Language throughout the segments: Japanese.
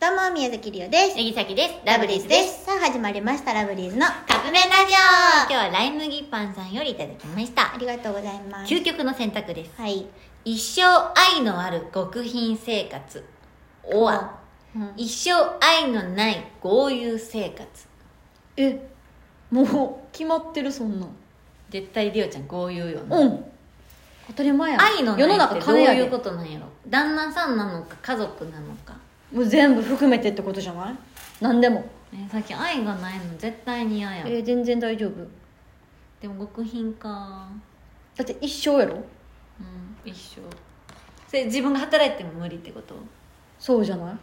どうも、宮崎りおです。ネギサキです。ラブリーズで。す。さあ、始まりました、ラブリーズの。カップ麺ラジオ今日はライ麦パンさんよりいただきましあた。りがとうございます。究極の選択です。はい。一生愛のある極貧生活。おわ。うん一生愛のない豪遊生活。え、もう、決まってる、そんなん。絶対りおちゃん豪遊よな。うん。当たり前やん愛の世のないっ中てどう金やいうでことなんやろ旦那さんなのか家族なのか。もう全部含めてってことじゃない何でも。ねさっき愛がないの絶対に嫌やん。えー、全然大丈夫。でも極貧か。だって一生やろうん、一生。それ自分が働いても無理ってことそうじゃな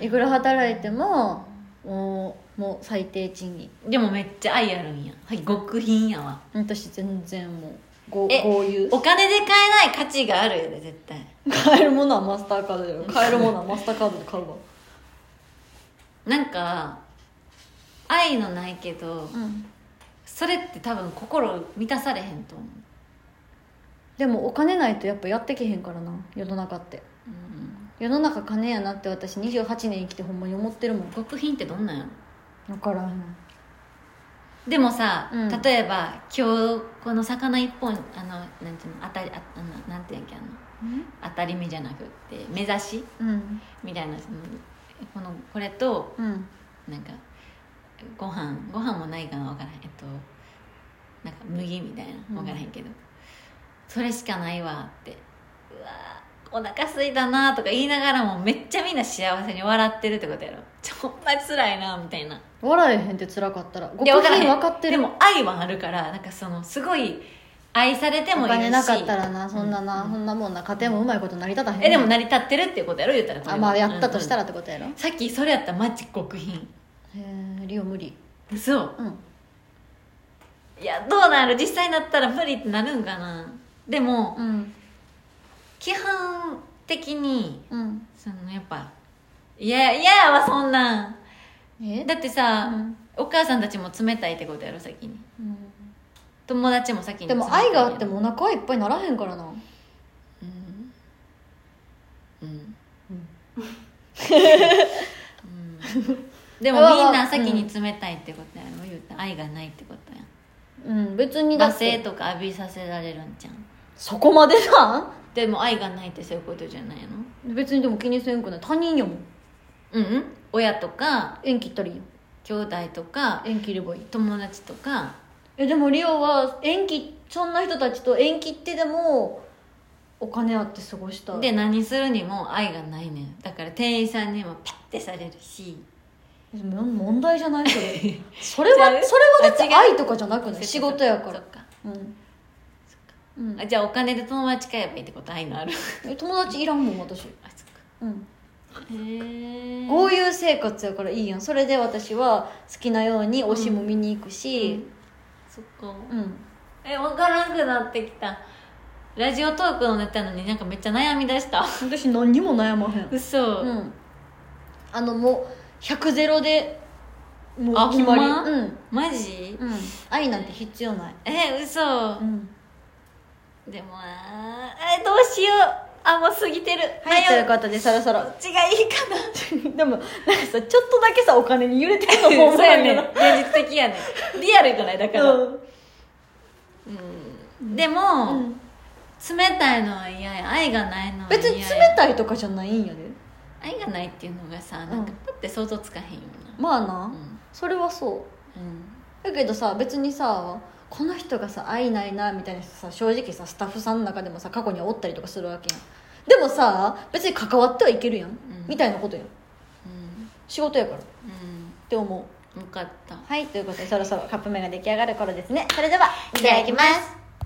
いいくら働いても、もう、もう最低賃金。でもめっちゃ愛あるんやはい極貧やわ私全然もう、ご、えこういう。お金で買えない価値があるよね絶対買えるものはマスターカードだよ買えるものはマスターカードで買うわなんか愛のないけどうんそれって多分心満たされへんと思う、でもお金ないとやっぱやってけへんからな世の中ってうん、世の中金やなって私28年生きてほんまに思ってるもん極貧ってどんなんやろ分からへんでもさ、うん例えば今日この魚一本あのなんていうの当たりああのなんていうんやっけあの当たり目じゃなくって目指しうんみたいなそのこのこれとうんなんかご飯ご飯もないかな分からへんえっとなんか麦みたいうんな分からへんけど、それしかないわってうわーお腹すいたなとか言いながらもめっちゃみんな幸せに笑ってるってことやろちょほんま辛いなみたいな笑えへんって辛かったらごいや分へん分かってるでも愛はあるからなんかそのすごい愛されておもいいし金なかったらなそんなな、うんそんなもんな家庭もうまいこと成り立たへんえでも成り立ってるっていうことやろ言ったらこれあまあやったとしたら、らってことやろ、さっきそれやったらマジ極貧へえリオ無理そううんいやどうなる実際になったら無理ってなるんかなでもうん基本的にうんそのやっぱいやいややわそんなんえだってさ、うんお母さんたちも冷たいってことやろ先にうん友達も先にでも冷たい愛があってもお腹はいっぱいならへんからなうんうんうん でもうわみんなうん先に冷たいってことやろ言うたら愛がないってことやんうん別にだ罵って声とか浴びさせられるんじゃんそこまでなんでも愛がないってそういうことじゃないの別にでも気にせんくない他人やもんうんうん親とか縁切ったらいいよ兄弟とか縁切ればいい友達とかえでもリオは縁切そんな人たちと縁切ってでもお金あって過ごしたいで何するにも愛がないねんだから店員さんにもパッてされるしでも問題じゃないそ れそれはそれはだって愛とかじゃなくない仕事やかそらっうんうんあ、じゃあお金で友達買えばいいってこと愛のあるえ友達いらんもん私あそっかうんへえこういう生活やからいいやんそれで私は好きなように推しも見に行くしそっかうんえ分からなくなってきたラジオトークのネタなのになんかめっちゃ悩み出した私何にも悩まへん嘘、うん、あのもう100ゼロでもうあ決まりほんまうん、マジ、うん、愛なんて必要ない、え嘘、うん、でもあーえどうしようあもう過ぎてるはいと迷いううことでそろそろ こっちがいいかなでもなんかさちょっとだけさお金に揺れて るのもそう思うやよねな現実的やねリアルじゃないだから、うんうんでも、うん冷たいのは嫌や愛がないのは嫌別やに冷たいとかじゃないんやで愛がないっていうのがさなんかうんだって想像つかへんよまあな、なうん、それはそうだけどさ別にさこの人がさ愛ないなみたいな人さ正直さスタッフさんの中でもさ過去にはおったりとかするわけやんでもさ別に関わってはいけるやん、みたいなことやんうん仕事やからっうんて思ううんよかったはい、ということでそろそろカップ麺が出来上がる頃ですね。それでは、い。いただきます